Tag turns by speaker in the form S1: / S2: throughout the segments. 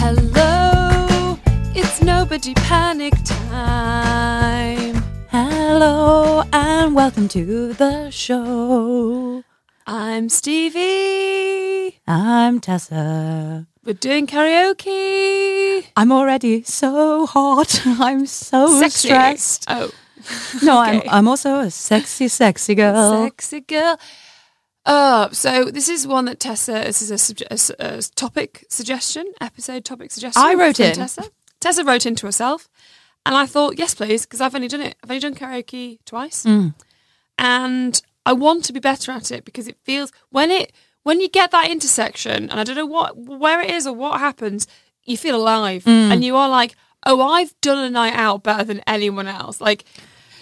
S1: Hello, it's nobody panic time. Hello, and welcome to the
S2: Oh,
S1: show. I'm Stevie.
S2: I'm Tessa.
S1: We're doing karaoke.
S2: I'm already so hot. I'm so
S1: Sexy.
S2: stressed.
S1: Oh,
S2: No,
S1: Okay.
S2: I'm I'm also a sexy, sexy girl.
S1: sexy girl. Oh, so this is one that Tessa. This is a, subje- a s- a s- topic suggestion, episode topic suggestion.
S2: I wrote
S1: from
S2: in.
S1: Tessa. Tessa wrote in to herself, and I thought, yes, please, because I've only done it. I've only done karaoke twice, and I want to be better at it because it feels when it when you get that intersection, and I don't know what where it is or what happens, you feel alive,
S2: Mm.
S1: and you are like, oh, I've done a night out better than anyone else, like.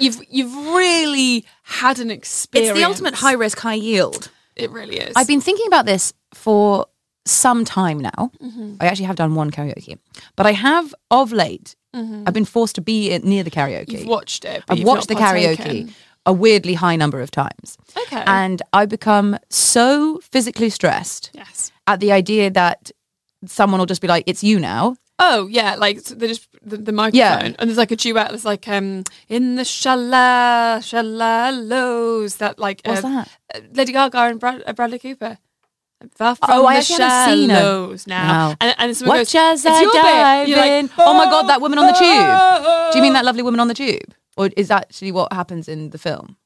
S1: You've you've really had an experience.
S2: It's the ultimate high risk, high yield.
S1: It really is.
S2: I've been thinking about this for some time now. I actually have done one karaoke, but I have of late. I've been forced to be in- near the karaoke.
S1: You've watched it. but
S2: I've
S1: you've
S2: Mm-hmm. watched the
S1: not
S2: karaoke
S1: partaken.
S2: a weirdly high number of times,
S1: Okay.
S2: and I become so physically stressed
S1: yes.
S2: at the idea that someone will just be like, "It's you now."
S1: Oh yeah, like so they just the, the microphone, and there's like a duet. There's like um in the shala shallows that like
S2: What's
S1: uh,
S2: that?
S1: uh, Lady Gaga and Brad, uh, Bradley Cooper. Far from
S2: Oh, I
S1: the
S2: actually haven't seen her.
S1: shallows now.
S2: No.
S1: And, and someone
S2: Watch
S1: goes,
S2: as
S1: it's
S2: I
S1: your bit."
S2: dive
S1: You're like,
S2: in. Oh my god, that woman on the
S1: oh,
S2: tube. Do you mean that lovely woman on the tube, or is that actually what happens in the film?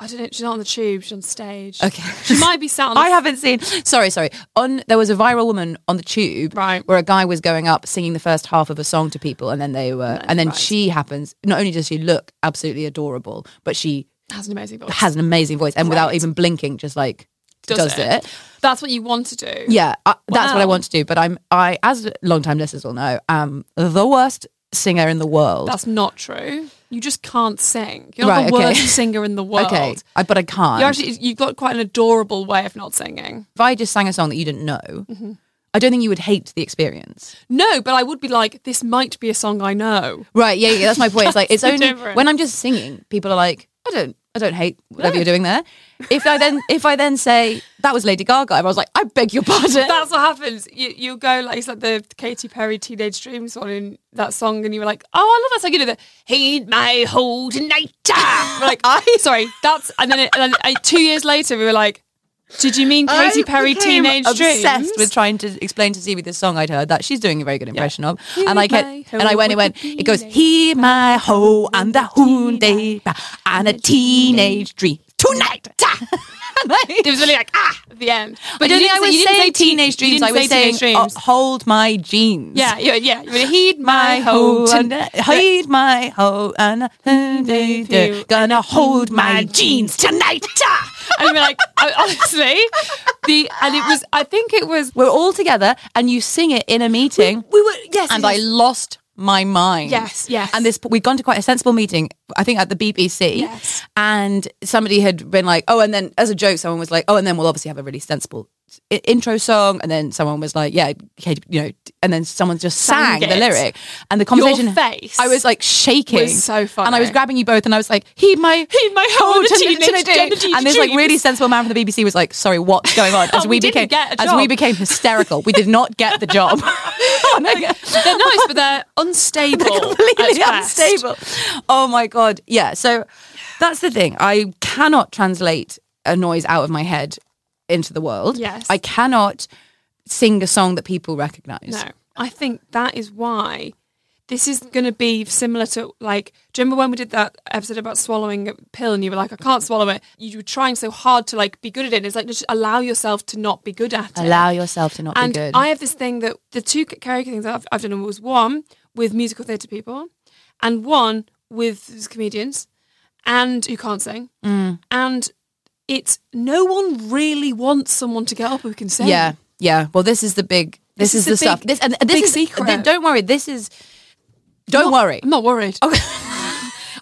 S1: I don't know. She's not on the tube. She's on stage.
S2: Okay.
S1: She might be sat on.
S2: I
S1: the
S2: haven't seen. Sorry, sorry. On there was a viral woman on the tube,
S1: Right.
S2: where a guy was going up singing the first half of a song to people, and then they were, and then she happens. Not only does she look absolutely adorable, but she
S1: has an amazing voice.
S2: has an amazing voice, and without even blinking, just like does, it.
S1: That's what you want to do.
S2: Yeah, I, that's what I
S1: Wow.
S2: want to do. But I'm, I, as long-time listeners will know, am the worst singer in the world.
S1: That's not true. You just can't sing. You're not
S2: Right,
S1: the
S2: okay.
S1: worst singer in the world.
S2: okay, I, but I can't.
S1: You actually, you've got quite an adorable way of not singing.
S2: if I just sang a song that you didn't know,
S1: Mm-hmm.
S2: I don't think you would hate the experience.
S1: No, but I would be like, this might be a song I know.
S2: Right? Yeah, yeah. That's my point. It's like it's
S1: the
S2: only
S1: difference.
S2: when I'm just singing, people are like, I don't, I don't hate whatever you're doing there. If I then, if I then say that was Lady Gaga, everyone's like, I beg your pardon.
S1: That's what happens. You, you go like it's like the Katy Perry Teenage Dreams one in that song, and you were like, "Oh, I love that song." You know the "Heed My Hold Tonight." ah." We're like, I sorry, that's and then, it, and then uh, two years later, we were like, "Did you mean
S2: I
S1: Katy Perry
S2: became
S1: Teenage
S2: obsessed
S1: Dreams?"
S2: with trying to explain to Stevie this song I'd heard that she's doing a very good impression of, and I
S1: my
S2: kept
S1: hoe
S2: and I went it
S1: with
S2: went
S1: the
S2: it goes
S1: teenage
S2: he my ho and the hoon day and a teenage dream tonight. And I-
S1: it was really like ah at the end.
S2: I don't
S1: you
S2: think I
S1: didn't
S2: was
S1: say- you didn't
S2: saying
S1: say te-
S2: teenage
S1: you
S2: dreams.
S1: didn't
S2: I was
S1: say teenage
S2: saying uh,
S1: dreams.
S2: hold my jeans.
S1: yeah, yeah, yeah. You were, Heed
S2: my
S1: my
S2: hoe
S1: hold
S2: and
S1: tonight.
S2: hide my hoe and a hoon day day. gonna hold my jeans tonight. Ah!
S1: and you're like, I- honestly, the and it was. I think it was.
S2: We're all together, and you sing it in a meeting.
S1: We were yes,
S2: and I lost my mind.
S1: Yes, yes.
S2: And this, we'd gone to quite a sensible meeting, I think at the BBC.
S1: Yes.
S2: And somebody had been like, oh, and then as a joke, someone was like, oh, and then we'll obviously have a really sensible i- intro song, and then someone was like, "Yeah, okay," you know, and then someone just sang,
S1: Sang
S2: the
S1: it.
S2: lyric, and the conversation
S1: face
S2: I was like shaking,
S1: was so
S2: and I was
S1: funny.
S2: grabbing you both, and I was like, "Heed my,
S1: Heed my whole
S2: tender-
S1: teenage
S2: tender-
S1: gender
S2: And this like really
S1: dreams. Oh,
S2: sensible man from the BBC was like, "Sorry, what's going on?" As
S1: We
S2: we,
S1: didn't
S2: became,
S1: get a
S2: as we
S1: job.
S2: became hysterical, we did not get the job. Oh,
S1: they're nice, but they're unstable.
S2: completely
S1: at best.
S2: unstable. Oh my god, yeah. So that's the thing. I cannot translate a noise out of my head into the world.
S1: Yes.
S2: I cannot sing a song that people recognize.
S1: No, I think that is why this is going to be similar to like. Do you remember when we did that episode about swallowing a pill and you were like, I can't swallow it. You were trying so hard to like be good at it. And it's like just allow yourself to not be good at it.
S2: Allow yourself to not
S1: and
S2: be good.
S1: I have this thing that the two karaoke things that I've, I've done was one with musical theatre people, and one with comedians, and who can't sing, and it's no one really wants someone to get up who can sing.
S2: yeah, yeah. Well, this is the big. This,
S1: This is
S2: is, the,
S1: the
S2: stuff.
S1: big-
S2: This and this
S1: big
S2: is.
S1: secret.
S2: th- Don't worry. This is.
S1: I'm
S2: Don't
S1: not-
S2: worry.
S1: I'm not worried.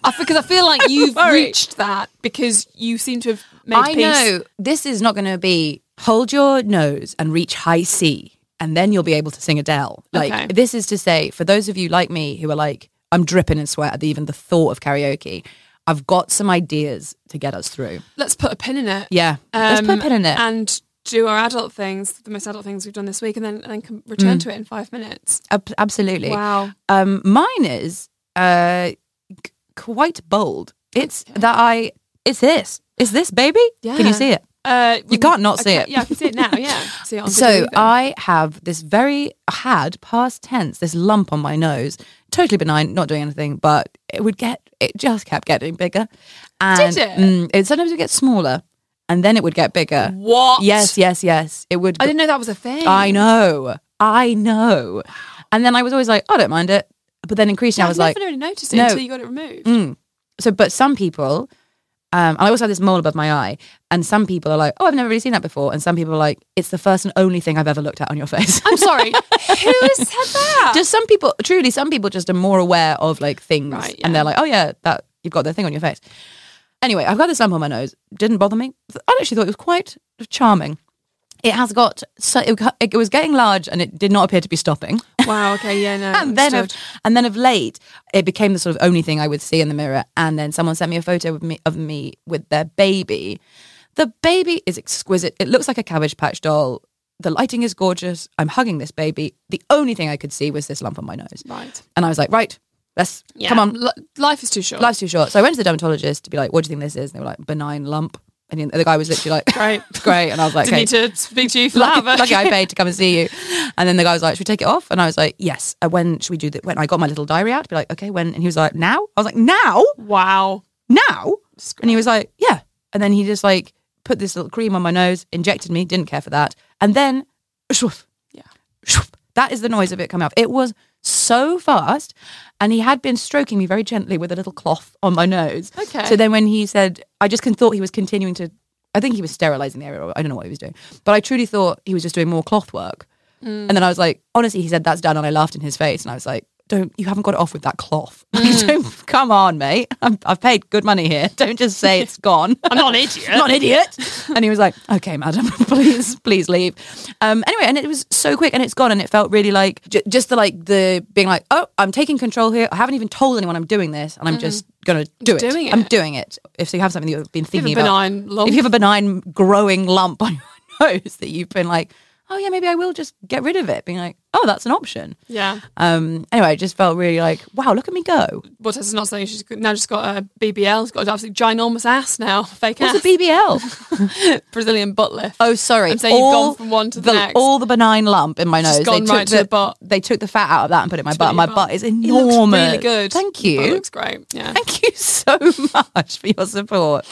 S1: I, because I feel like you've
S2: worried.
S1: reached that because you seem to have made
S2: I
S1: peace.
S2: know this is not going to be hold your nose and reach high C, and then you'll be able to sing Adele. Like
S1: Okay.
S2: this is to say for those of you like me who are like I'm dripping in sweat at the, even the thought of karaoke. I've got some ideas to get us through.
S1: Let's put a pin in it.
S2: Yeah, let's put a
S1: Um,
S2: pin in it.
S1: And do our adult things, the most adult things we've done this week, and then and then come, return to it in five minutes.
S2: Ab- absolutely.
S1: Wow.
S2: Um, mine is uh, g- quite bold. It's that I. It's this. It's this baby. Can
S1: Yeah.
S2: you see it?
S1: Uh, we-
S2: can't not
S1: I
S2: see
S1: ca-
S2: it.
S1: Yeah, I can see it now. Yeah, see it on video
S2: So uh,
S1: either.
S2: I have this very had past tense, this lump on my nose, totally benign, not doing anything, but it would get it just kept getting bigger. And
S1: Did it?
S2: mm, it sometimes would get smaller and then it would get bigger.
S1: What?
S2: Yes, yes, yes. It would
S1: I didn't know that was a thing.
S2: I know. I know. And then I was always like, I don't mind it. But then increasingly
S1: Yeah,
S2: I was
S1: I've
S2: like
S1: never really noticed it
S2: no. Mm.
S1: until you got it removed.
S2: so but some people um, I also have this mole above my eye, and some people are like, "Oh, I've never really seen that before," and some people are like, "It's the first and only thing I've ever looked at on your face."
S1: I'm sorry. Who has said that?
S2: just some people truly some people just are more aware of like things
S1: Right, yeah.
S2: and they're like oh yeah that you've got that thing on your face anyway i've got this lump on my nose didn't bother me i actually thought it was quite charming it has got so it, it was getting large and it did not appear to be stopping
S1: wow. Okay. Yeah. No.
S2: and then of,
S1: understood.
S2: and then of late it became the sort of only thing i would see in the mirror and then someone sent me a photo of me of me with their baby the baby is exquisite it looks like a cabbage patch doll the lighting is gorgeous i'm hugging this baby the only thing i could see was this lump on my nose
S1: right.
S2: and i was like right let's
S1: Yeah.
S2: come on
S1: L- life is too short.
S2: life's too short so i went to the dermatologist to be like what do you think this is and they were like benign lump and then the guy was literally like
S1: Great.
S2: great and i was like
S1: Didn't
S2: okay.
S1: need to speak to you for
S2: lucky,
S1: that. but-
S2: lucky I paid to come and see you. And then the guy was like, should we take it off? And I was like, yes. And when should we do that? When I got my little diary out to be like, okay, when? And he was like, now? I was like, now?
S1: Wow.
S2: Now? And he was like, yeah. And then he just like put this little cream on my nose, injected me, didn't care for that. And then, shwoof,
S1: Yeah.
S2: shwoof, that is the noise of it coming out. It was so fast. And he had been stroking me very gently with a little cloth on my nose.
S1: Okay.
S2: So then when he said, I just con- thought he was continuing to, I think he was sterilizing the area. Or I don't know what he was doing. But I truly thought he was just doing more cloth work. And then I was like, honestly, he said, that's done. And I laughed in his face. And I was like, don't, you haven't got it off with that cloth. don't, come on, mate. I'm, I've paid good money here. Don't just say it's gone.
S1: I'm not an idiot.
S2: not an idiot. And he was like, okay, madam, please, please leave. Um, anyway, and it was so quick and it's gone. And it felt really like j- just the like the being like, oh, I'm taking control here. I haven't even told anyone I'm doing this and I'm just going to do it.
S1: Mm-hmm. doing it.
S2: I'm doing it. If so you have something that you've been
S1: you have
S2: thinking
S1: a
S2: about.
S1: benign lump.
S2: If you have a benign growing lump on your nose that you've been like, oh, yeah, maybe I will just get rid of it. Being like, oh, that's an option.
S1: yeah.
S2: Um, anyway, I just felt really like, wow, look at me go.
S1: Well, Tessa's not saying she's now just got a BBL. She's got an absolute ginormous ass now. Fake
S2: What's
S1: ass.
S2: a BBL?
S1: Brazilian butt lift.
S2: Oh, sorry.
S1: I'm saying you've gone from one to the next.
S2: All the benign lump in my
S1: Just
S2: nose.
S1: gone
S2: they took
S1: right to the butt.
S2: They took the fat out of that and put it in my butt.
S1: Really
S2: My
S1: fun.
S2: butt is
S1: It looks
S2: enormous.
S1: really good.
S2: Thank
S1: It
S2: you.
S1: looks great. Yeah.
S2: Thank you so much for your support.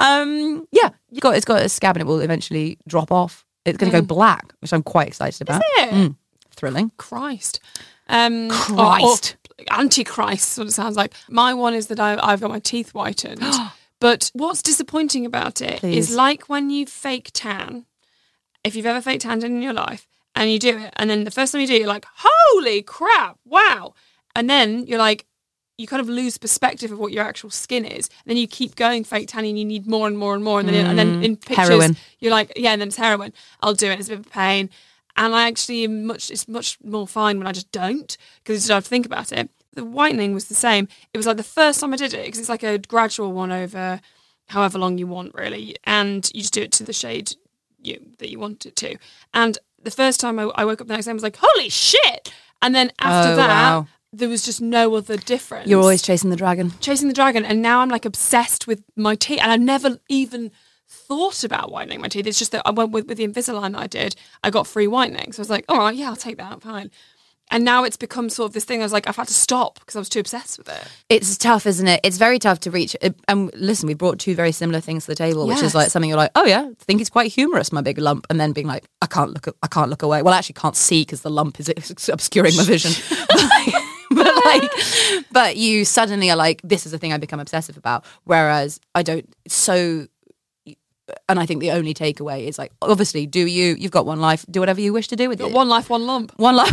S2: Um, yeah, you got it's got a scab and it will eventually drop off. It's going to go black, which I'm quite excited about.
S1: Mm. it?
S2: Mm, thrilling.
S1: Christ. Um, or- or
S2: Christ.
S1: Antichrist, is what it sounds like. My one is that I, I've got my teeth whitened. but what's disappointing about it is
S2: Please.
S1: like when you fake tan, if you've ever fake tanned in your life and you do it, and then the first time you do it, you're like, holy crap, wow. And then you're like, you kind of lose perspective of what your actual skin is. And then you keep going fake tanning, you need more and more and more. And then, and then in pictures,
S2: Mm. Heroin.
S1: you're like, yeah, and then it's heroin. I'll do it. It's a bit of a pain. And I actually am much, it's much more fine when I just don't because I don't have to think about it. The whitening was the same. It was like the first time I did it because it's like a gradual one over however long you want, really. And you just do it to the shade you that you want it to. And the first time I, I woke up the next day, I was like, holy shit! And then after
S2: Oh,
S1: that,
S2: wow.
S1: there was just no other difference.
S2: You're always chasing the dragon.
S1: chasing the dragon, and now I'm like obsessed with my teeth, and I never even thought about whitening my teeth. It's just that I went with, with the Invisalign that I did. I got free whitening, so I was like, all right, yeah, I'll take that, fine. And now it's become sort of this thing. I was like, I've had to stop because I was too obsessed with it.
S2: It's tough, isn't it? It's very tough to reach. uh, And listen, we brought two very similar things to the table, which
S1: Yes.
S2: is like something you're like, oh yeah, I think it's quite humorous, my big lump, and then being like, I can't look, I can't look away. Well, I actually, can't see because the lump is ex- obscuring my vision. but, but like, but you suddenly are like, this is the thing I become obsessive about. Whereas I don't. it's So and I think the only takeaway is like, obviously, do you? You've got one life. Do whatever you wish to do with it.
S1: One life, one lump.
S2: One life.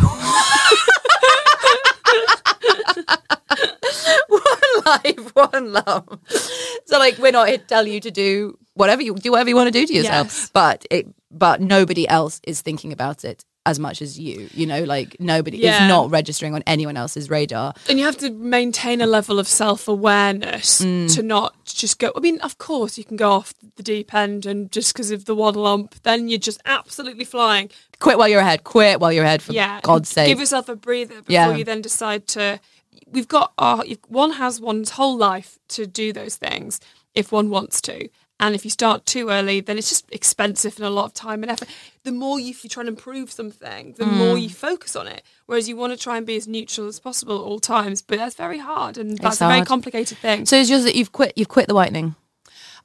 S2: one life, one love. So like we're not here to tell you to do whatever you do whatever you want to do to yourself.
S1: Yes.
S2: But it but nobody else is thinking about it as much as you. You know, like nobody
S1: Yeah.
S2: is not registering on anyone else's radar.
S1: And you have to maintain a level of self awareness
S2: Mm.
S1: to not just go. I mean, of course, you can go off the deep end, and just because of the one lump, then you're just absolutely flying.
S2: Quit while you're ahead. Quit while you're ahead for
S1: yeah,
S2: God's sake.
S1: give yourself a breather before
S2: Yeah.
S1: you then decide to. We've got our if one has one's whole life to do those things if one wants to. And if you start too early, then it's just expensive and a lot of time and effort. The more you, if you try and improve something, the
S2: Mm.
S1: more you focus on it. Whereas you want to try and be as neutral as possible at all times, but that's very hard and that's a very
S2: hard.
S1: complicated thing.
S2: so it's just that you've quit you've quit the whitening.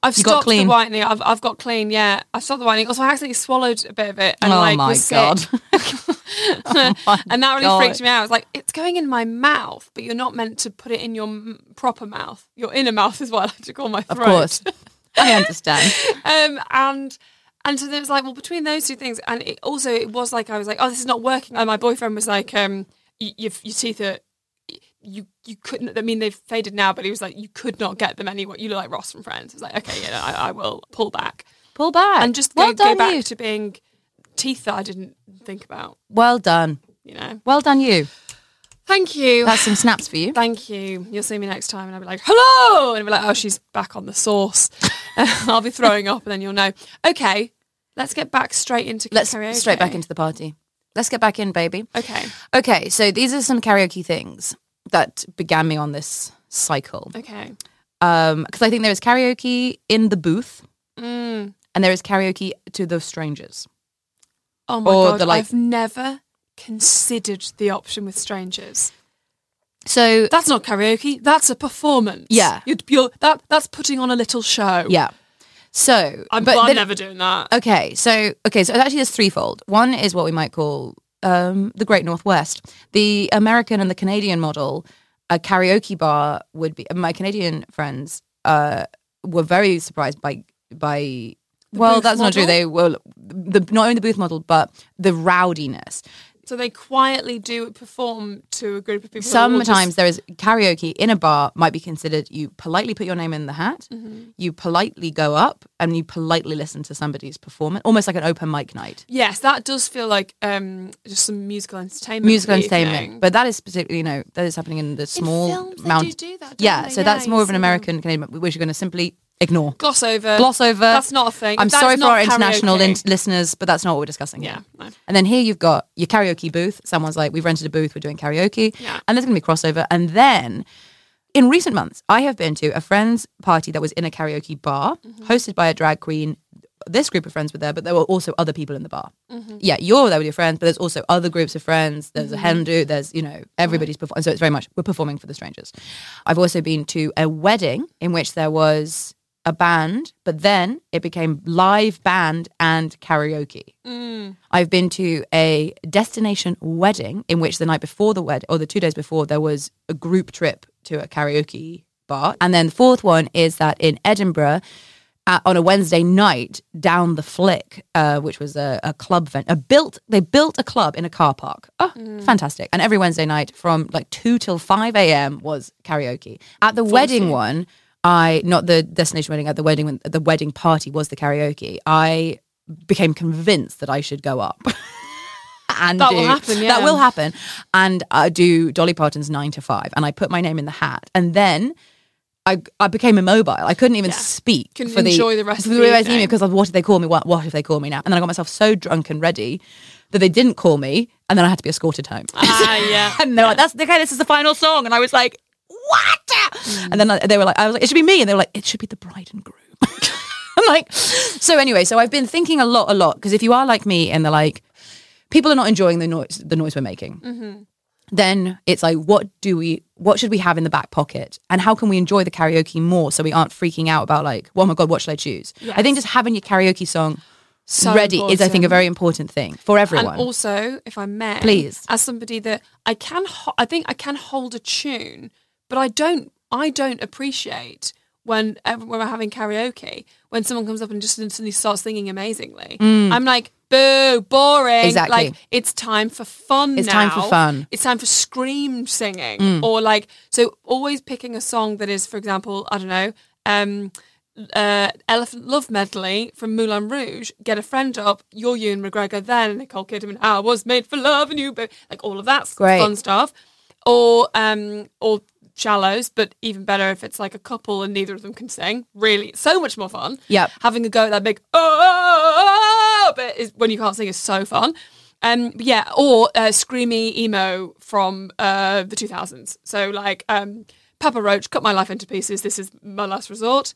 S1: I've
S2: You got
S1: stopped the
S2: clean?
S1: whitening. I've, I've got clean. Yeah, I've stopped the whitening. Also, I accidentally swallowed a bit of it. And,
S2: Oh
S1: like,
S2: my
S1: was sick.
S2: God. Oh my
S1: and that really
S2: God.
S1: freaked me out. I was like, it's going in my mouth, but you're not meant to put it in your m- proper mouth. Your inner mouth is what I like to call my
S2: Of
S1: throat.
S2: course. I understand.
S1: Um, and and so there was like, well, between those two things, and it also it was like I was like, oh, this is not working. And my boyfriend was like, um, y- your your teeth are. You you couldn't. I mean, they've faded now, but he was like, you could not get them anywhere. You look like Ross from Friends. I was like, okay, yeah, no, I, I will pull back
S2: Pull back.
S1: and just go,
S2: well
S1: go
S2: done
S1: back
S2: you.
S1: to being teeth that I didn't think about.
S2: Well done.
S1: You know.
S2: Well done you.
S1: Thank you.
S2: That's some snaps for you.
S1: Thank you. You'll see me next time, and I'll be like, "Hello," and I'll be like, "Oh, she's back on the sauce." I'll be throwing up, and then you'll know. Okay, let's get back straight into
S2: Let's
S1: karaoke.
S2: straight back into the party. Let's get back in, baby.
S1: Okay,
S2: Okay, so these are some karaoke things that began me on this cycle.
S1: okay,
S2: Um, because I think there is karaoke in the booth,
S1: Mm.
S2: and there is karaoke to the strangers.
S1: Oh my
S2: Or
S1: god,
S2: the, like-
S1: I've never considered the option with strangers.
S2: So
S1: That's not karaoke. That's a performance.
S2: Yeah.
S1: you're, you're, that that's putting on a little show.
S2: yeah, so
S1: I'm,
S2: but
S1: I'm
S2: then-
S1: never doing that.
S2: Okay, so okay, so actually, there's threefold. One is what we might call um, the Great Northwest. The American and the Canadian model, a karaoke bar would be. My Canadian friends uh, were very surprised by by. well,
S1: booth
S2: that's not true.
S1: model?
S2: They were the not only the booth model, but the rowdiness.
S1: So they quietly do perform to a group of people. that will just-
S2: Sometimes there is karaoke in a bar might be considered. You politely put your name in the hat.
S1: Mm-hmm.
S2: You politely go up and you politely listen to somebody's performance, almost like an open mic night.
S1: Yes, that does feel like um, just some musical entertainment.
S2: musical
S1: for the
S2: entertainment.
S1: evening.
S2: But that is particularly, you know, that is happening in the small
S1: films, they
S2: mount-
S1: do do that, don't
S2: yeah,
S1: they?
S2: so
S1: Yeah,
S2: that's
S1: you
S2: more of
S1: see
S2: an
S1: them.
S2: American Canadian, which you're going to simply ignore.
S1: gloss over.
S2: Gloss over.
S1: That's not a thing.
S2: I'm
S1: That's
S2: sorry for
S1: not
S2: our international
S1: karaoke.
S2: in- listeners, but that's not what we're discussing.
S1: Yeah,
S2: here.
S1: no.
S2: And then here you've got your karaoke booth. Someone's like, we've rented a booth, we're doing karaoke.
S1: Yeah.
S2: And there's going to be crossover. And then in recent months, I have been to a friend's party that was in a karaoke bar hosted by a drag queen. This group of friends were there, but there were also other people in the bar. Yeah, you're there with your friends, but there's also other groups of friends. There's a Hindu, there's, you know, everybody's performing. So it's very much, we're performing for the strangers. I've also been to a wedding in which there was a band, but then it became live band and karaoke. I've been to a destination wedding in which the night before the wedding, or the two days before, there was a group trip to a karaoke bar. And then the fourth one is that in Edinburgh, uh, on a Wednesday night down the Flick, uh, which was a, a club vent. A built they built a club in a car park. Oh, fantastic! And every Wednesday night from like two till five a.m. was karaoke. At the wedding one, I not the destination wedding. At the wedding, the wedding party was the karaoke. I became convinced that I should go up. and
S1: That
S2: do-
S1: will happen, yeah.
S2: That will happen. And I do Dolly Parton's nine to five, and I put my name in the hat, and then. I, I became immobile. I couldn't even speak
S1: Couldn't
S2: for the,
S1: enjoy the rest
S2: for
S1: of the
S2: rest
S1: evening.
S2: because of what if they call me? What, what if they call me now? And then I got myself so drunk and ready that they didn't call me, and then I had to be escorted home.
S1: Ah, yeah.
S2: and they're like, "That's okay. This is the final song," and I was like, "What?" And then I, they were like, "I was like, it should be me," and they were like, "It should be the bride and groom." I'm like, so anyway, so I've been thinking a lot, a lot because if you are like me and they're like, people are not enjoying the noise, the noise we're making. Then it's like, what do we, what should we have in the back pocket, and how can we enjoy the karaoke more so we aren't freaking out about like, oh my god, what should I choose? I think just having your karaoke song
S1: So
S2: ready is, I think, a
S1: important.
S2: very important thing for everyone.
S1: And also, if I may,
S2: Please.
S1: as somebody that I can, ho- I think I can hold a tune, but I don't, I don't appreciate when ev- when we're having karaoke when someone comes up and just suddenly starts singing amazingly. I'm like. Boo, boring.
S2: Mm. Exactly.
S1: Like it's time for fun
S2: It's time for
S1: now.
S2: fun.
S1: It's time for scream singing.
S2: Mm.
S1: Or like so always picking a song that is, for example, I don't know, um uh, Elephant Love Medley from Moulin Rouge, Get a Friend Up, You're Ewan McGregor then, Nicole Kidman, I Was Made for Love and You, Ba- like all of that s-
S2: Great.
S1: fun stuff. Or, um, or Shallows, but even better if it's like a couple and neither of them can sing. Really, so much more fun.
S2: Yep.
S1: Having a go at that big, oh, but is, when you can't sing is so fun. Um, but yeah, or uh, screamy emo from uh, the 2000s. So like um, Papa Roach, Cut My Life into Pieces, This is My Last Resort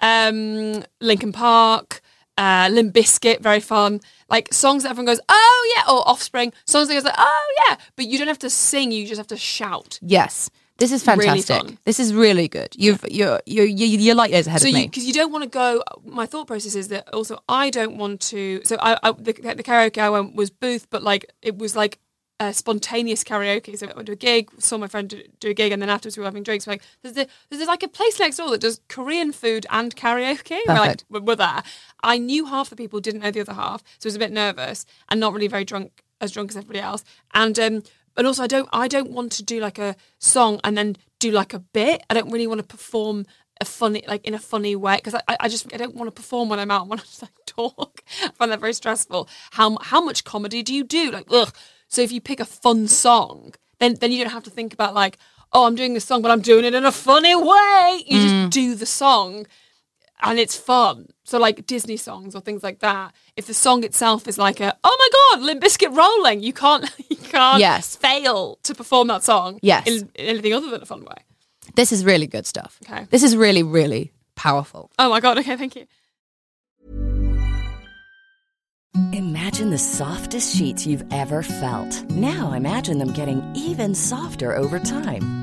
S1: um, Linkin Park, uh, Limp Bizkit, very fun. Like songs that everyone goes, oh yeah, or Offspring, songs that goes like, oh yeah, but you don't have to sing, you just have to shout.
S2: Yes, this is
S1: Really
S2: fantastic.
S1: fun.
S2: this is really good. You've you're you're you're, you're light years ahead
S1: So
S2: of
S1: you
S2: me.
S1: because you don't want to go. uh, My thought process is that also I don't want to. So I, I the, the karaoke I went was booth, but like it was like. Uh, spontaneous karaoke. So I went to a gig, saw my friend do, do a gig, and then afterwards we were having drinks. We're like, there's, a, there's like a place next door that does Korean food and karaoke. We're like,
S2: Perfect.
S1: we're, we're there. I knew half the people, didn't know the other half, so I was a bit nervous and not really very drunk, as drunk as everybody else. And um, and also I don't I don't want to do like a song and then do like a bit. I don't really want to perform a funny like in a funny way because I, I just I don't want to perform when I'm out. I want to just like talk. I find that very stressful. How mu- how much comedy do you do? Like ugh. So if you pick a fun song, then then you don't have to think about like. Oh, I'm doing this song, but I'm doing it in a funny way. You just do the song and it's fun. So like Disney songs or things like that. If the song itself is like a oh my god, Limp Bizkit rolling, you can't you can't
S2: Yes.
S1: fail to perform that song.
S2: Yes.
S1: In, in anything other than a fun way.
S2: this is really good stuff.
S1: Okay.
S2: This is really really powerful.
S1: Oh my god, okay, thank you.
S3: Imagine the softest sheets you've ever felt. Now imagine them getting even softer over time.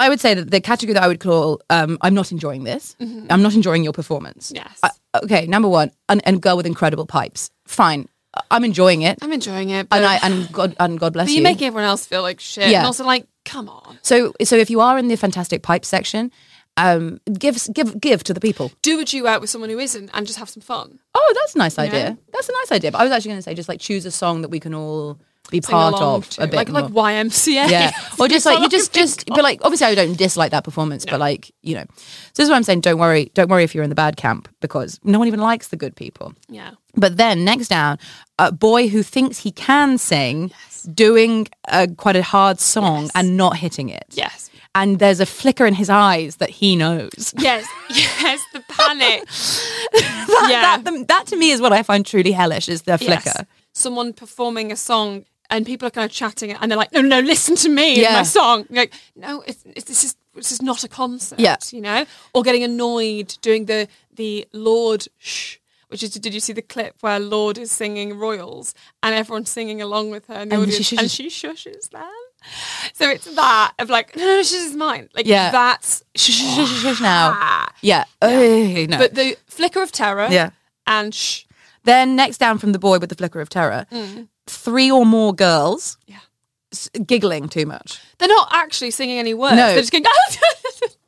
S2: I would say that the category that I would call um, I'm not enjoying this. I'm not enjoying your performance.
S1: Mm-hmm. Yes.
S2: I- okay, number one, and, and girl with incredible pipes. Fine. I- I'm enjoying it.
S1: I'm enjoying it, but,
S2: and I and God and God bless
S1: but
S2: you.
S1: you're making everyone else feel like shit.
S2: Yeah.
S1: And also, like, come on,
S2: so so if you are in the fantastic pipe section, um, give give give to the people.
S1: do a duet with someone who isn't and just have some fun.
S2: Oh, that's a nice idea. That's a nice idea. But I was actually going to say just like choose a song that we can all be
S1: Sing
S2: part
S1: along
S2: of
S1: to.
S2: a bit.
S1: like, like
S2: more.
S1: YMCA.
S2: yeah or just like you just just but like obviously i don't dislike that performance but like you know so this is what i'm saying don't worry don't worry if you're in the bad camp because no one even likes the good people
S1: yeah.
S2: but then next down a boy who thinks he can sing doing a, quite a hard song and not hitting it
S1: Yes.
S2: and there's a flicker in his eyes that he knows
S1: Yes. Yes. The panic.
S2: that,
S1: Yeah.
S2: that, that to me is what i find truly hellish is the flicker
S1: Yes. Someone performing a song and people are kind of chatting and they're like, no, no, listen to me
S2: Yeah.
S1: and my song. You're like, no, it's, it's, this is this is not a concert.
S2: Yeah.
S1: You know, or getting annoyed doing the the Lord shh. Which is, did you see the clip where Lord is singing Royals and everyone's singing along with her in the
S2: And she
S1: audience and she shushes them? So it's that of like, no, no, no, shush is mine. Like,
S2: Yeah.
S1: that's.
S2: Shh, shh, shh, shh, shh now yeah, Ugh, no.
S1: Ah. But the flicker of terror
S2: Yeah.
S1: and shh.
S2: Then next down from the boy with the flicker of terror, three or more girls
S1: Mm. Yeah.
S2: s- giggling too much,
S1: They're not actually singing any words.
S2: No.
S1: They're just going,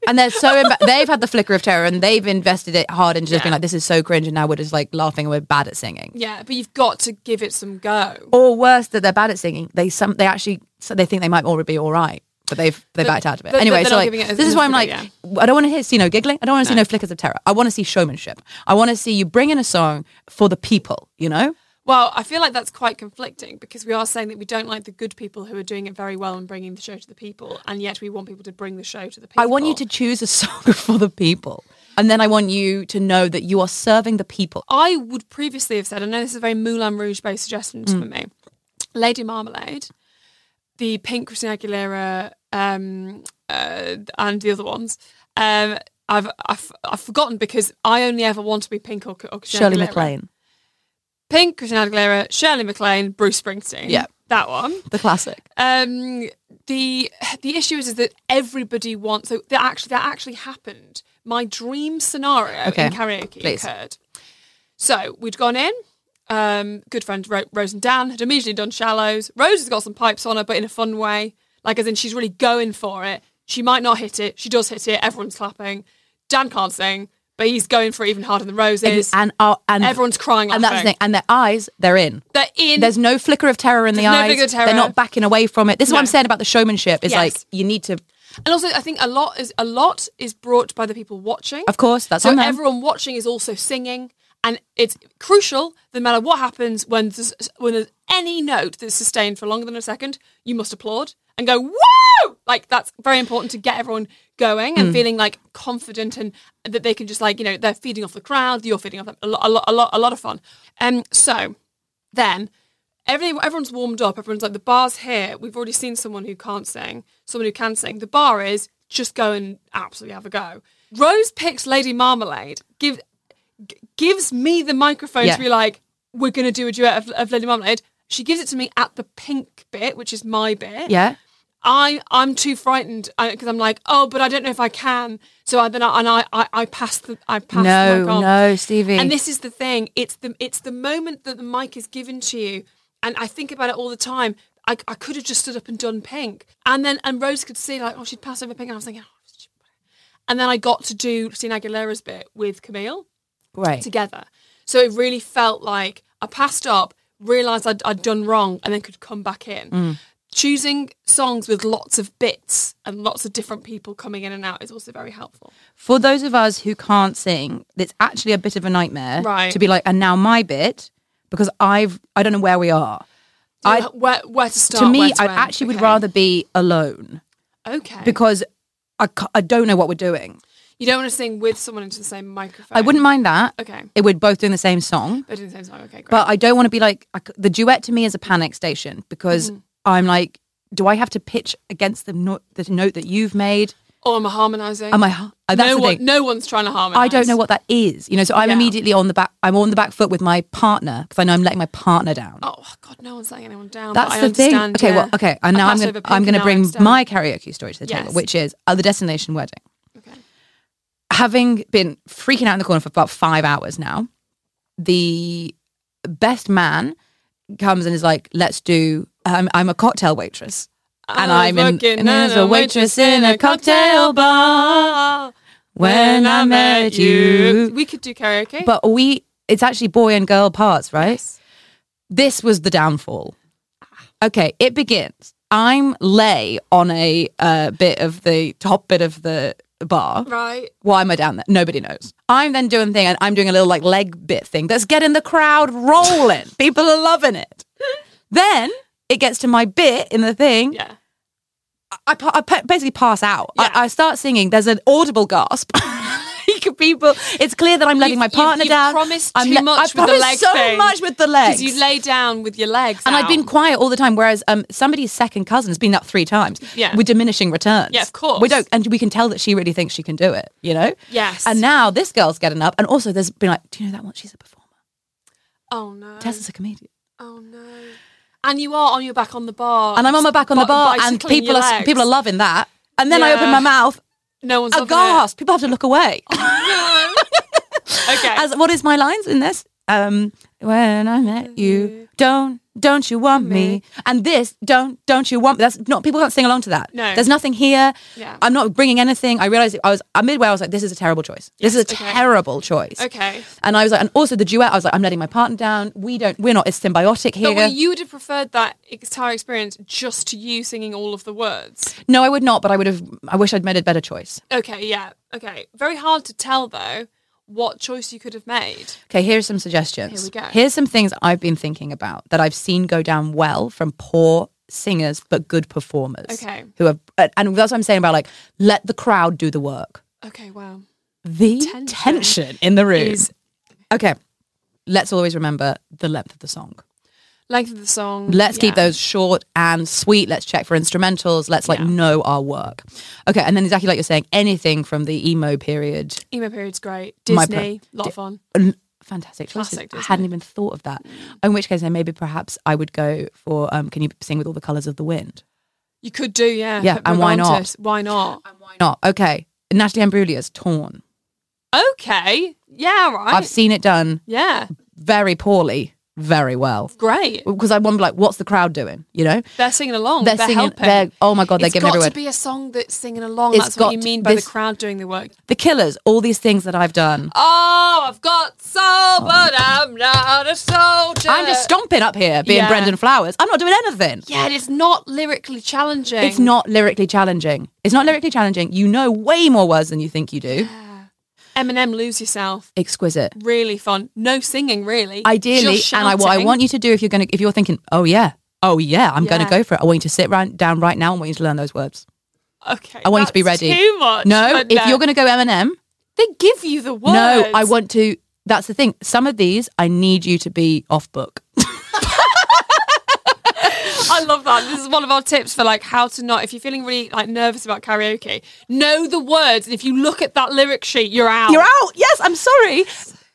S2: and they're so emba- they've had the flicker of terror and they've invested it hard into just being like, this is so cringe, and now we're just like laughing and we're bad at singing,
S1: yeah, but you've got to give it some go.
S2: or worse that they're bad at singing. They some they actually so they think they might already be all right. But they've they backed out of it
S1: but- but
S2: anyway.
S1: they're
S2: So
S1: not
S2: like,
S1: giving it as
S2: this is why I'm
S1: much
S2: like,
S1: of it,
S2: I don't want to hear see no giggling. I don't want to see no flickers of terror. I want to see showmanship. I want to see you bring in a song for the people. You know,
S1: Well, I feel like that's quite conflicting because we are saying that we don't like the good people who are doing it very well and bringing the show to the people, and yet we want people to bring the show to the people.
S2: I want you to choose a song for the people. And then I want you to know that you are serving the people.
S1: I would previously have said, I know this is a very Moulin Rouge based suggestion for
S2: Mm.
S1: me. Lady Marmalade, the pink Christina Aguilera, um, uh, and the other ones. Um, I've, I've I've forgotten because I only ever want to be pink or, or Christina
S2: Shirley
S1: Aguilera.
S2: MacLaine,
S1: Pink, Christina Aguilera, Shirley MacLaine, Bruce Springsteen.
S2: Yeah.
S1: that one.
S2: the classic.
S1: Um, the the issue is, is that everybody wants. So that actually that actually happened. My dream scenario
S2: Okay.
S1: in karaoke
S2: Please.
S1: occurred. So we'd gone in. Um, good friend Ro- Rose and Dan had immediately done shallows. Rose has got some pipes on her, but in a fun way. Like as in she's really going for it. She might not hit it. She does hit it. Everyone's clapping. Dan can't sing, but he's going for it even harder than Rose is.
S2: And, uh, and
S1: Everyone's crying
S2: And that's the
S1: laughing.
S2: thing. And their eyes, they're in.
S1: They're in.
S2: There's no flicker of terror in the
S1: There's no
S2: eyes.
S1: flicker of terror.
S2: They're not backing away from it. This is what
S1: No.
S2: I'm saying about the showmanship. Is
S1: Yes.
S2: like you need to.
S1: And also, I think a lot is a lot is brought by the people watching.
S2: Of course, that's
S1: so
S2: on them.
S1: everyone watching is also singing, and it's crucial. No matter what happens, when there's, when there's any note that's sustained for longer than a second, you must applaud and go woo! Like that's very important to get everyone going
S2: Hmm.
S1: and feeling like confident and that they can just like you know they're feeding off the crowd. You're feeding off them. A lot, a lot, a lot, a lot of fun. Um, so then everything, everyone's warmed up. Everyone's like, the bar's here. We've already seen someone who can't sing, someone who can sing. The bar is just go and absolutely have a go. Rose picks Lady Marmalade, give, g- gives me the microphone
S2: Yeah.
S1: to be like, we're going to do a duet of, of Lady Marmalade. She gives it to me at the pink bit, which is my bit.
S2: Yeah.
S1: I I'm too frightened because I'm like, oh, but I don't know if I can. So I then I, and I I, I passed the I passed
S2: No,
S1: the mic on.
S2: no, Stevie.
S1: And this is the thing. It's the it's the moment that the mic is given to you, and I think about it all the time. I, I could have just stood up and done pink, and then and Rose could see like, oh, she'd pass over pink, and I was thinking, oh, she- and then I got to do Christina Aguilera's bit with Camille
S2: Great.
S1: together. So it really felt like I passed up, realised I'd, I'd done wrong, and then could come back in.
S2: Mm.
S1: Choosing songs with lots of bits and lots of different people coming in and out is also very helpful.
S2: For those of us who can't sing, it's actually a bit of a nightmare
S1: Right.
S2: to be like, and now my bit, because I've I don't know where we are. I
S1: where, where to start?
S2: to me,
S1: where to
S2: I
S1: end,
S2: actually would
S1: okay.
S2: rather be alone
S1: Okay.
S2: because I, ca- I don't know what we're doing.
S1: you don't want to sing with someone into the same microphone.
S2: I wouldn't mind that.
S1: Okay.
S2: It would both doing the same song,
S1: But in the same song. Okay, great.
S2: but I don't want to be like I c the duet to me is a panic
S1: Mm-hmm.
S2: station because I'm like, do I have to pitch against the, no- the note that you've made?
S1: Or am I harmonising?
S2: Am I har- uh, that's
S1: no,
S2: the
S1: one,
S2: thing.
S1: no one's trying to harmonise.
S2: I don't know what that is. You know, so I'm
S1: Yeah.
S2: immediately on the back. I'm on the back foot with my partner because I know I'm letting my partner down.
S1: Oh God, no one's letting anyone down.
S2: That's
S1: but I
S2: the thing.
S1: understand,
S2: Okay,
S1: yeah.
S2: well, okay.
S1: I
S2: And now I'm
S1: passed
S2: gonna
S1: over pink
S2: I'm
S1: and
S2: gonna
S1: now I
S2: bring
S1: understand.
S2: my karaoke story to the table,
S1: Yes.
S2: which is uh, the destination wedding.
S1: Okay.
S2: Having been freaking out in the corner for about five hours now, the best man comes and is like, "Let's do." I'm, I'm a cocktail waitress, and I'm in,
S1: working
S2: and as a waitress in a cocktail bar. When I met you,
S1: we could do karaoke.
S2: but we it's actually boy and girl parts right this was the downfall okay it begins i'm lay on a uh, bit of the top bit of the bar
S1: right,
S2: why am i down there nobody knows i'm then doing thing and i'm doing a little like leg bit thing that's getting the crowd rolling people are loving it then it gets to my bit in the thing
S1: yeah,
S2: I, pa- I pa- basically pass out.
S1: Yeah.
S2: I, I start singing. There's an audible gasp. Like, People, it's clear that I'm letting
S1: You've-
S2: my partner
S1: you've, you've
S2: down.
S1: Promised
S2: I'm
S1: too
S2: le-
S1: much
S2: I
S1: with
S2: promised
S1: the legs
S2: so much with the legs.
S1: because you lay down with your legs.
S2: and I've been
S1: out.
S2: quiet all the time. Whereas um, somebody's second cousin has been up three times.
S1: Yeah.
S2: We're diminishing returns.
S1: Yeah, of course.
S2: We don't, and we can tell that she really thinks she can do it. You know.
S1: Yes.
S2: And now this girl's getting up, and also there's been like, do you know that one? She's a performer.
S1: oh no,
S2: Tessa's a comedian.
S1: oh no, and you are on your back on the bar,
S2: And I'm on my back on the
S1: bi-
S2: bar, and
S1: bicycling
S2: people
S1: your
S2: are
S1: legs.
S2: people are loving that. And then I
S1: Yeah.
S2: open my mouth,
S1: no one's loving it. Oh,
S2: aghast. People have to look away.
S1: okay,
S2: As what is my lines in this? Um, when I met you, don't don't you want me? And this, don't don't you want? That's not people can't sing along to that.
S1: No.
S2: there's nothing here.
S1: Yeah.
S2: I'm not bringing anything. I realized I was uh, midway. I was like, this is a terrible choice. This is a
S1: okay.
S2: terrible choice.
S1: okay.
S2: And I was like, and also the duet. I was like, I'm letting my partner down. We don't. We're not. It's symbiotic here.
S1: But well, you would have preferred that entire experience just to you singing all of the words.
S2: no, I would not. But I would have. I wish I'd made a better choice.
S1: Okay, yeah, okay. Very hard to tell though what choice you could have made.
S2: Okay, here's some suggestions.
S1: Here we go.
S2: Here's some things I've been thinking about that I've seen go down well from poor singers but good performers.
S1: Okay.
S2: Who have and- and that's what I'm saying about like let the crowd do the work.
S1: Okay, wow.
S2: The
S1: Tension
S2: tension, in the room.
S1: Is
S2: okay. Let's always remember the length of the song.
S1: length of the song.
S2: Let's keep
S1: yeah.
S2: those short and sweet. Let's check for instrumentals. Let's like
S1: Yeah.
S2: know our work. Okay, and then exactly like you're saying, anything from the emo period
S1: Emo period's great.
S2: My
S1: Disney,
S2: pla-
S1: lot of
S2: Di-
S1: fun.
S2: N- fantastic choices.
S1: Classic,
S2: I
S1: isn't
S2: hadn't
S1: it? Mm.
S2: even thought of that. In which case, then maybe perhaps I would go for um, "Can You Sing with All the Colors of the Wind?"
S1: You could do, yeah.
S2: Yeah,
S1: but
S2: and why not?
S1: Romantis, Why not?
S2: Why not? Okay, Natalie Ambrulia's "Torn."
S1: Okay, yeah, right.
S2: I've seen it done
S1: yeah,
S2: very poorly, very well.
S1: great.
S2: Because I wonder, like, what's the crowd doing? You know,
S1: They're singing along.
S2: They're
S1: They're,
S2: singing-
S1: helping.
S2: they're- oh my God, they're
S1: It's
S2: giving
S1: got
S2: everyone-
S1: to be a song that's singing along.
S2: It's
S1: That's what you
S2: got-
S1: mean by
S2: this-
S1: the crowd doing the work.
S2: the Killers, all these things that I've done.
S1: Oh, I've got soul, but I'm not a soldier.
S2: Oh. I'm just stomping up here, being
S1: yeah.
S2: Brendan Flowers. I'm not doing anything.
S1: Yeah, and it's not lyrically challenging.
S2: It's not lyrically challenging. It's not lyrically challenging. You know way more words than you think you do.
S1: Eminem, lose yourself.
S2: Exquisite.
S1: Really fun. No singing, really.
S2: ideally
S1: Just
S2: and I, what I
S1: shouting.
S2: want you to do if you're going to if you're thinking oh yeah oh yeah i'm going to
S1: Yeah.
S2: go for it i want you to sit right, down right now and want you to learn those words
S1: Okay,
S2: i want you to be
S1: that's
S2: ready
S1: Too much.
S2: no
S1: but
S2: if you're going to go eminem
S1: they give you the words.
S2: no i want to that's the thing some of these i need you to be off book
S1: I love that. This is one of our tips for like how to not. If you're feeling really like nervous about karaoke, know the words, and if you look at that lyric sheet, you're out.
S2: you're out yes i'm sorry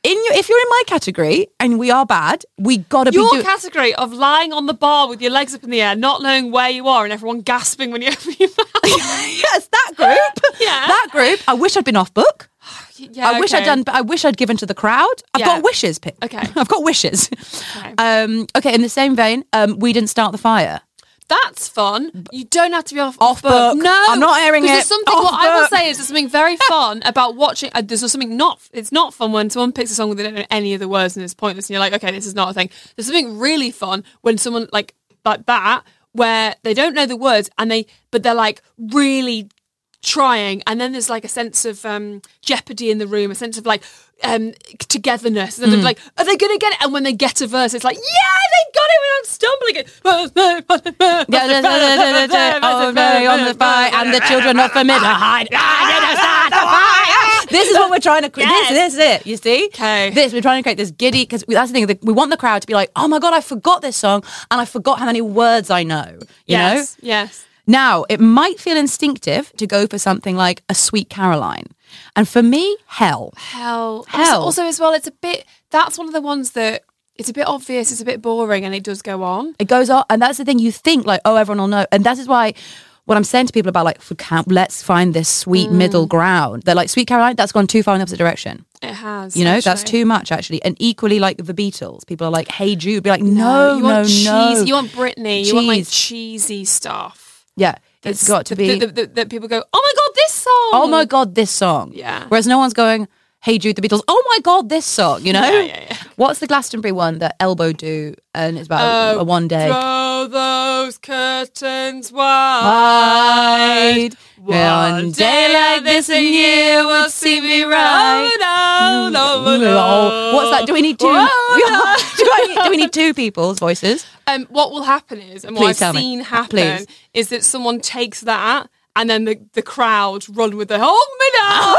S2: in your, if you're in my category and we are bad we gotta
S1: Your
S2: be doing
S1: category of lying on the bar with your legs up in the air, not knowing where you are, and everyone gasping when you open your mouth.
S2: yes that group
S1: Yeah.
S2: that group i wish i'd been off book
S1: yeah,
S2: I wish I'd
S1: okay.
S2: done. I wish I'd given to the crowd. I've
S1: Yeah.
S2: got wishes. Pip.
S1: Okay.
S2: I've got wishes.
S1: Okay.
S2: Um, okay. In the same vein, um, we didn't start the fire.
S1: That's fun. You don't have to be off,
S2: Off book.
S1: No,
S2: I'm not airing
S1: 'Cause
S2: it.
S1: There's something.
S2: Off
S1: what I will
S2: book.
S1: say is there's something very fun about watching. Uh, there's something not. It's not fun when someone picks a song with any of the words and it's pointless, and you're like, okay, this is not a thing. There's something really fun when someone like like that, where they don't know the words and they, but they're like really trying and then there's like a sense of um jeopardy in the room a sense of like um togetherness and they're like are they gonna get it and when they get a verse it's like yeah they got it when i'm stumbling it
S2: Yeah, da- da- da- da- da- da- Oh no, on the fire, and the children of familiar hide. Ah, yeah, that's not the fire. This is what we're trying to create. This, this is it. You see,
S1: 'Kay.
S2: this we're trying to create this giddy because that's the thing. The, we want the crowd to be like, "Oh my god, I forgot this song, and I forgot how many words I know." You
S1: yes, yes.
S2: know, Now, it might feel instinctive to go for something like a sweet Caroline. And for me, hell.
S1: Hell. Also-
S2: Hell.
S1: Also, as well, it's a bit. That's one of the ones that it's a bit obvious. It's a bit boring, and it does go on.
S2: It goes on, and that's the thing. You think like, oh, everyone will know, and that is why what I'm saying to people about like, for camp, let's find this sweet
S1: Mm.
S2: middle ground. They're like, Sweet Caroline, that's gone too far in the opposite direction.
S1: It has.
S2: You know, that's
S1: actually.
S2: too much actually. And equally, like the Beatles, people are like, Hey Jude, be like, No,
S1: you
S2: no,
S1: want cheese.
S2: no.
S1: You want Britney. You want like
S2: Cheese.
S1: cheesy stuff.
S2: yeah, it's got to
S1: that-
S2: be.
S1: that- that- that people go. Oh my god, this song.
S2: oh my god, this song.
S1: Yeah.
S2: Whereas no one's going, Hey Jude, the Beatles. Oh my god, this song. You know.
S1: Yeah, yeah, yeah.
S2: What's the Glastonbury one that Elbow do? And it's
S1: Uh,
S2: about a one day.
S1: Throw those curtains wide.
S2: Wide. One day like this and you will see me right.
S1: Oh, no, no, no.
S2: What's that? Do we need two? do,
S1: Oh,
S2: I need, do we need two people's voices?
S1: Um, what will happen is, and
S2: Please
S1: what
S2: tell
S1: I've
S2: me.
S1: seen
S2: Please.
S1: happen is that someone takes that. And then the, the crowd run with the hold me now.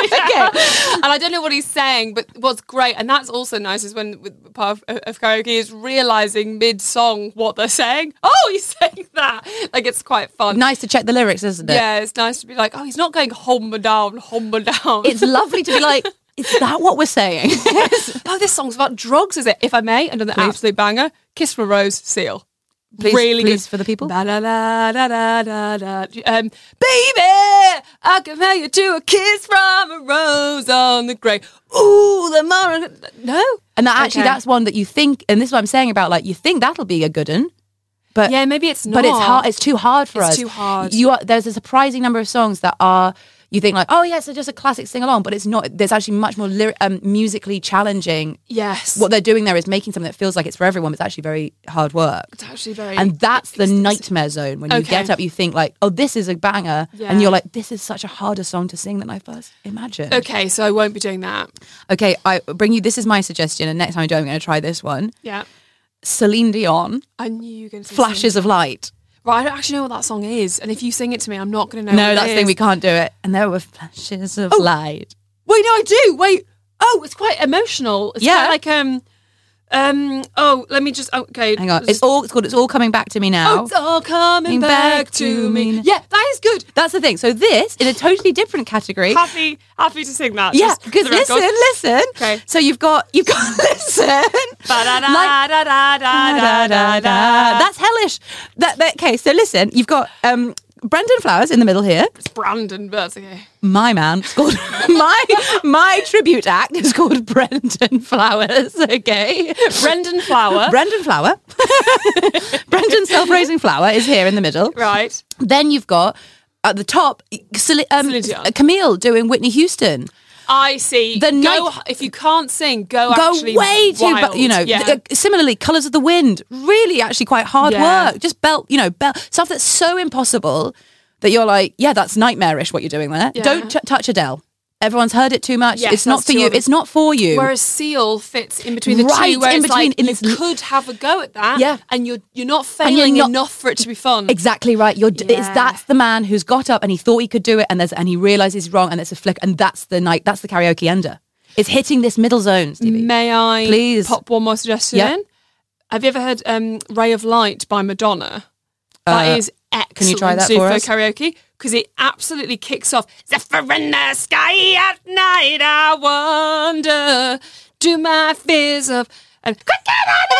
S1: Yeah. And I don't know what he's saying, but what's great, and that's also nice, is when with part of, of karaoke is realizing mid song what they're saying. Oh, he's saying that. Like it's quite fun.
S2: Nice to check the lyrics, isn't it?
S1: Yeah, it's nice to be like, oh, he's not going home and down, home and down.
S2: It's lovely to be like, is that what we're saying?
S1: oh, this song's about drugs, is it? If I may, another absolute banger. Kiss from a Rose, Seal.
S2: Please-
S1: really
S2: please
S1: good
S2: for the people.
S1: Da, da, da, da, da, da, da. Um, baby, I compare you to a kiss from a rose on the grey. Ooh, the mar. No,
S2: And that actually,
S1: Okay.
S2: that's one that you think, and this is what I'm saying about like, you think that'll be a good one. But
S1: yeah, maybe it's not.
S2: But it's hard. It's too hard for
S1: It's
S2: us.
S1: too hard.
S2: You are, there's a surprising number of songs that are you think like, oh yeah, it's just a classic sing along, but it's not. There's actually much more lyri- um, musically challenging.
S1: yes.
S2: What they're doing there is making something that feels like it's for everyone, but it's actually very hard work.
S1: It's actually very.
S2: And that's the
S1: extensive.
S2: nightmare zone when you
S1: Okay.
S2: get up, you think like, oh, this is a banger,
S1: Yeah.
S2: and you're like, this is such a harder song to sing than I first imagined.
S1: Okay, so I won't be doing that.
S2: okay, I bring you. This is my suggestion, and next time I do, I'm going to try this one.
S1: Yeah,
S2: Celine Dion,
S1: I knew you were going to say
S2: Flashes of Light.
S1: Right, I don't actually know what that song is, and if you sing it to me, I'm not going to know.
S2: No,
S1: what
S2: that's
S1: it
S2: the thing.
S1: is. Oh.
S2: We can't do it. And there were flashes of light.
S1: Wait, no, I do. Wait. Oh, it's quite emotional. It's
S2: Yeah.
S1: quite like um um oh, let me just okay.
S2: Hang on.
S1: Just-
S2: It's all it's called it's all coming back to me
S1: Oh,
S2: now.
S1: it's all coming
S2: Coming
S1: back, to me. Yeah, that is good.
S2: That's the thing. So this in a totally different category.
S1: Happy happy to sing that.
S2: Yeah,
S1: just for
S2: because
S1: the record.
S2: listen, listen.
S1: Okay.
S2: So you've got you've got listen. Like-
S1: Ba-da-da-da-da-da-da-da.
S2: That's hellish. That, that okay. So listen, you've got um Brendan Flowers in the middle here.
S1: It's Brandon, but that's okay.
S2: My man, it's called my my tribute act is called Brendan Flowers. Okay,
S1: Brendan Flower.
S2: Brendan Flower. Brendan self-raising flower is here in the middle.
S1: right.
S2: Then you've got at the top Celi- um,
S1: Celine Dion.
S2: Camille doing Whitney Houston.
S1: I see.
S2: The
S1: go,
S2: night-
S1: if you can't sing, go
S2: Go
S1: actually
S2: way too,
S1: wild.
S2: but you know.
S1: Yeah.
S2: th- uh, similarly, Colors of the Wind, really actually quite hard
S1: Yeah.
S2: work. Just belt, you know, belt stuff that's so impossible that you're like, yeah, that's nightmarish what you're doing there. Don't t- touch Adele. Everyone's heard it too much.
S1: Yes,
S2: it's not
S1: that's
S2: for
S1: too
S2: you.
S1: obvious.
S2: It's not for you.
S1: Whereas seal fits in between the
S2: Right,
S1: two, where
S2: in
S1: it's
S2: between,
S1: like
S2: and
S1: you
S2: it's l-
S1: could have a go at that,
S2: Yeah.
S1: and you're you're not
S2: And you're
S1: failing
S2: not-
S1: enough for it to be fun.
S2: Exactly right. You're d it's
S1: Yeah.
S2: that's the man who's got up and he thought he could do it, and there's and he realizes he's wrong, and it's a flick, and that's the night. That's the karaoke ender. It's hitting this middle zone, Stevie.
S1: May I
S2: Please.
S1: pop one more suggestion
S2: Yeah.
S1: in? Have you ever heard um, "Ray of Light" by Madonna? That
S2: Uh,
S1: is excellent.
S2: you try that
S1: too
S2: for
S1: for
S2: us?
S1: karaoke? Because it absolutely kicks off. Zephyr in the sky at night, I wonder. Do my fears of and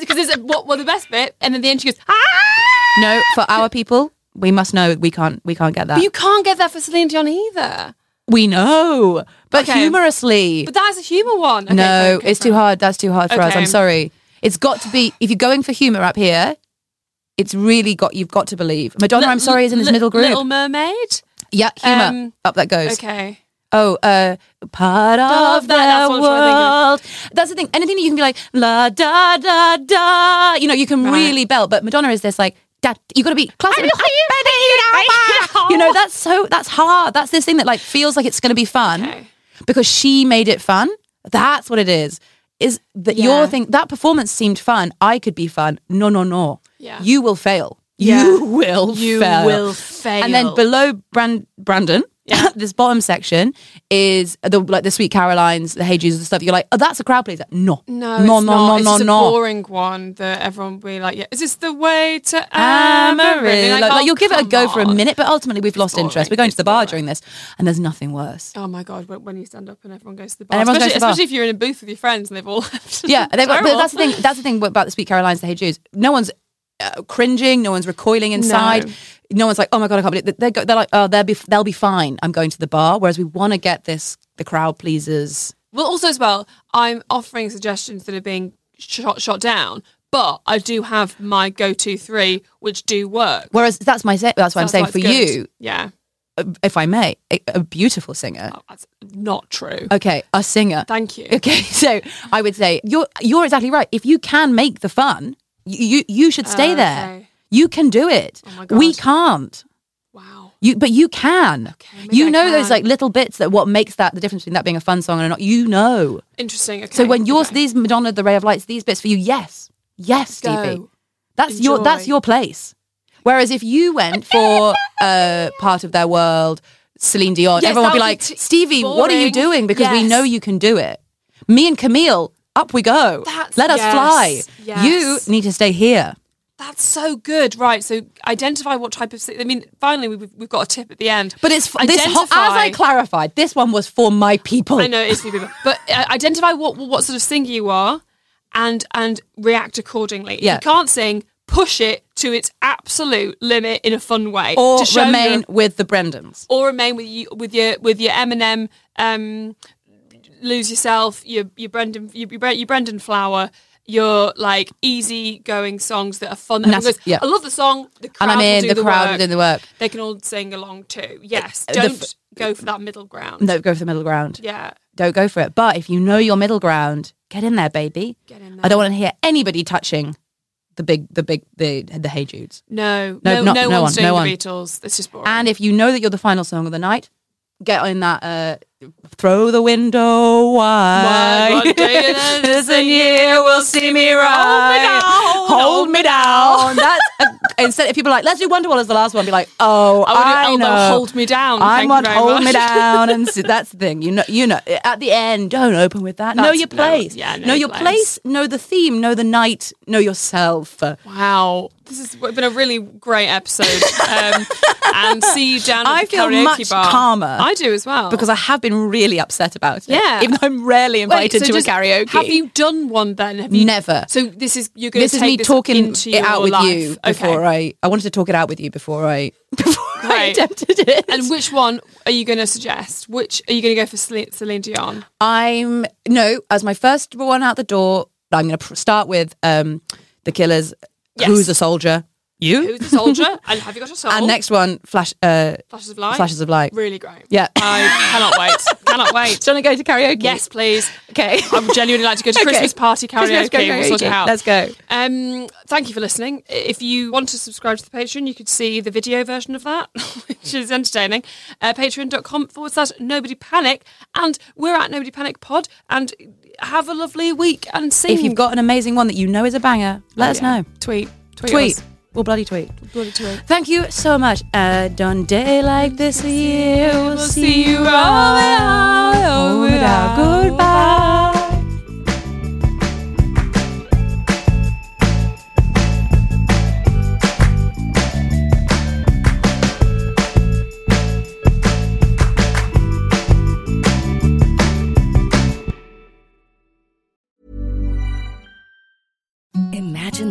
S1: because it's what well, the best bit, and then the end she goes. Ah!
S2: No, for our people, we must know we can't we can't get that.
S1: But you can't get that for Celine Dion either.
S2: we know, but
S1: Okay.
S2: humorously,
S1: But that's a humour one. Okay,
S2: no,
S1: fine, okay,
S2: it's too
S1: fine.
S2: hard. That's too hard for us. I'm
S1: Okay.
S2: sorry. It's got to be if you're going for humor up here. It's really got you've got to believe Madonna.
S1: Li-
S2: I'm sorry, is in this
S1: li-
S2: middle group.
S1: Little Mermaid.
S2: yeah, humor
S1: um,
S2: up that goes.
S1: Okay.
S2: Oh, uh, part of
S1: Of that, that's
S2: the
S1: what I'm trying
S2: world. That's the thing. Anything that you can be like la da da da. You know, you can
S1: Right.
S2: really belt. But Madonna is this like da, you got to be classic.
S1: right?
S2: You know, that's so that's hard. That's this thing that like feels like it's going to be fun
S1: Okay.
S2: because she made it fun. That's what it is. Is that
S1: Yeah.
S2: your thing? That performance seemed fun. I could be fun. No, no, no.
S1: Yeah.
S2: You will fail.
S1: Yeah.
S2: You will
S1: You
S2: fail.
S1: will fail.
S2: And then below Brand- Brandon, this bottom section is the like the Sweet Carolines, the Hey Jews, the stuff. You're like, oh, that's a crowd pleaser. No,
S1: No,
S2: no,
S1: it's
S2: no,
S1: not.
S2: no,
S1: it's
S2: no,
S1: just
S2: no.
S1: a boring one that everyone will be like, yeah, is this the way to
S2: Amarillo.
S1: Amarillo?
S2: Like, like,
S1: oh,
S2: you'll give it a
S1: come
S2: go for a
S1: on.
S2: minute, but ultimately we've lost
S1: boring,
S2: interest. We're going
S1: it's
S2: to the bar
S1: boring.
S2: during this, and there's nothing worse.
S1: Oh my god, when when you stand up and everyone goes to the bar,
S2: everyone
S1: especially,
S2: goes to the bar.
S1: especially if you're in a booth with your friends and they've all left.
S2: Yeah, they've got, but
S1: Terrible.
S2: that's the thing. That's the thing about the Sweet Carolines, the Hey Jews. No one's uh, cringing. No one's recoiling inside.
S1: No.
S2: No. one's like, oh my god, I can't believe. They're, go- they're like, oh, they'll be they'll be fine. I'm going to the bar. Whereas we want to get this the crowd pleasers.
S1: Well, also as well, I'm offering suggestions that are being shot shot down, but I do have my go-to three which do work.
S2: Whereas that's my say- that's what I'm
S1: That's
S2: saying
S1: why
S2: for
S1: it's good.
S2: you,
S1: yeah,
S2: if I may, a, a beautiful singer.
S1: Oh, that's not true.
S2: Okay, a singer.
S1: Thank you.
S2: Okay, so I would say you're you're exactly right. If you can make the fun, you you, you should stay
S1: Oh,
S2: there.
S1: okay. Oh
S2: You can do it.
S1: my
S2: We
S1: God.
S2: can't.
S1: Wow.
S2: You but you can.
S1: Okay, maybe
S2: you
S1: I
S2: know those
S1: can.
S2: like little bits that what makes that the difference between that being a fun song and not. You know.
S1: Interesting. Okay.
S2: So when yours
S1: okay.
S2: these Madonna, the Ray of Lights, these bits for you, yes, yes,
S1: Go.
S2: Stevie, that's your that's
S1: Enjoy.
S2: your place. Whereas if you went for uh, part of their world, Celine Dion,
S1: Yes,
S2: everyone would
S1: that would
S2: be
S1: be
S2: like,
S1: t-
S2: Stevie, what are you
S1: boring.
S2: doing? Because we
S1: Yes.
S2: know you can do it. Me and Camille, up we go.
S1: That's-
S2: Let us
S1: yes,
S2: fly.
S1: yes.
S2: You need to stay here.
S1: That's so good, right? So identify what type of. si- I mean, finally, we've, we've got a tip at the end.
S2: But it's f- this whole, as I
S1: Identify-
S2: clarified, this one was for my people.
S1: I know it's for people, but uh, identify what what sort of singer you are, and and react accordingly.
S2: Yeah.
S1: If you can't sing, push it to its absolute limit in a fun way,
S2: Or
S1: to show
S2: remain
S1: your-
S2: with the Brendans.
S1: or remain with you with your with your Eminem, um, lose yourself, your your Brendan, your, your, Bre- your Brendan Flower. Your like easy going songs that are fun.
S2: And
S1: Everyone
S2: that's-
S1: goes,
S2: yeah.
S1: I love the song. The crowd
S2: And I'm
S1: will
S2: in,
S1: do
S2: the,
S1: the
S2: crowd
S1: work.
S2: doing the work.
S1: They can all sing along too. Yes,
S2: Uh, the
S1: don't
S2: f-
S1: go for that middle ground.
S2: No, go for the middle ground.
S1: Yeah,
S2: don't go for it. But if you know your middle ground, get in there, baby.
S1: Get in
S2: I
S1: there.
S2: don't want to hear anybody touching the big, the big, the the Hey Judes.
S1: no,
S2: No,
S1: no,
S2: not-
S1: no,
S2: no one,
S1: one's doing
S2: no
S1: the
S2: one.
S1: Beatles. That's just boring.
S2: And if you know that you're the final song of the night, get in that. Uh, throw the window wide.
S1: Wide, what do you know?
S2: this and year will see me right.
S1: down,
S2: Hold me down. Oh, That's a, instead. If people are like, let's do Wonderwall as the last one, be like, oh,
S1: I would do
S2: I
S1: elbow
S2: know.
S1: hold me down,
S2: I
S1: thank you
S2: want
S1: very
S2: hold
S1: much.
S2: me down, and so that's the thing. You know, you know. At the end, don't open with that. know
S1: That's-
S2: your
S1: no,
S2: place.
S1: yeah, know
S2: know your
S1: your
S2: place. Know the theme. Know the night. Know yourself.
S1: Oh. wow, this has been a really great episode. Um, and see you down at
S2: I
S1: the
S2: feel
S1: karaoke
S2: much
S1: bar.
S2: calmer.
S1: I do as well
S2: Because I have been really upset about it.
S1: Yeah.
S2: Even though I'm rarely
S1: Wait,
S2: invited
S1: so
S2: to
S1: just-
S2: a karaoke.
S1: Have you done one then? Have you
S2: Never.
S1: So this is you're going
S2: this
S1: to
S2: is
S1: take
S2: me
S1: this
S2: talking
S1: into
S2: it out
S1: your
S2: with
S1: life.
S2: you before
S1: okay.
S2: I. I wanted to talk it out with you before I before I
S1: Right.
S2: attempted it.
S1: And which one are you going to suggest? Which are you going to go for Celine, Celine Dion?
S2: I'm no as my first one out the door. I'm going to pr- start with um, the Killers.
S1: Yes.
S2: Who's a soldier? You. Oh.
S1: Who's the soldier? and have you got a soul?
S2: And next one, flash. Uh,
S1: Flashes of Light.
S2: Flashes of Light.
S1: Really great.
S2: Yeah.
S1: I cannot wait. cannot wait.
S2: do you want to go to karaoke?
S1: Yes, please.
S2: Okay.
S1: I would genuinely like to go to
S2: Okay.
S1: Christmas party
S2: Christmas
S1: karaoke. We'll sort
S2: karaoke.
S1: it out.
S2: Let's go.
S1: Um, thank you for listening. If you want to subscribe to the Patreon, you could see the video version of that, which is entertaining. Uh, Patreon.com forward slash Nobody Panic. And we're at Nobody Panic Pod. And have a lovely week and sing.
S2: If you've got an amazing one that you know is a banger, let us know.
S1: Tweet. Tweet.
S2: Oh, Tweet.
S1: us.
S2: We'll bloody tweet.
S1: Bloody tweet.
S2: Thank you so much. A done day like this year, we'll see you all
S1: out,
S2: over out. Goodbye.
S3: Imagine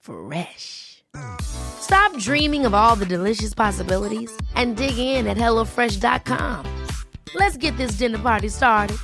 S4: Fresh. Stop dreaming of all the delicious possibilities and dig in at HelloFresh.com. Let's get this dinner party started.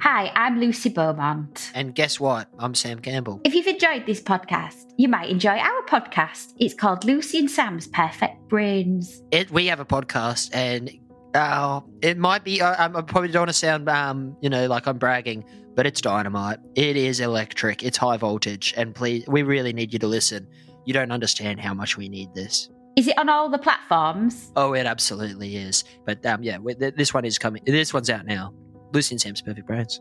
S5: Hi, I'm Lucy Beaumont.
S6: And guess what? I'm Sam Campbell.
S5: If you've enjoyed this podcast, you might enjoy our podcast. It's called Lucy and Sam's Perfect Brains.
S6: It, we have a podcast, and uh, it might be. I, I'm- I probably don't want to sound, um, you know, like I'm bragging, but it's dynamite. It is electric. It's high voltage, and please, we really need you to listen. You don't understand how much we need this.
S5: Is it on all the platforms?
S6: Oh, it absolutely is. But um, yeah, we, th- this one is coming. This one's out now. Lucy and Sam's Perfect Brains.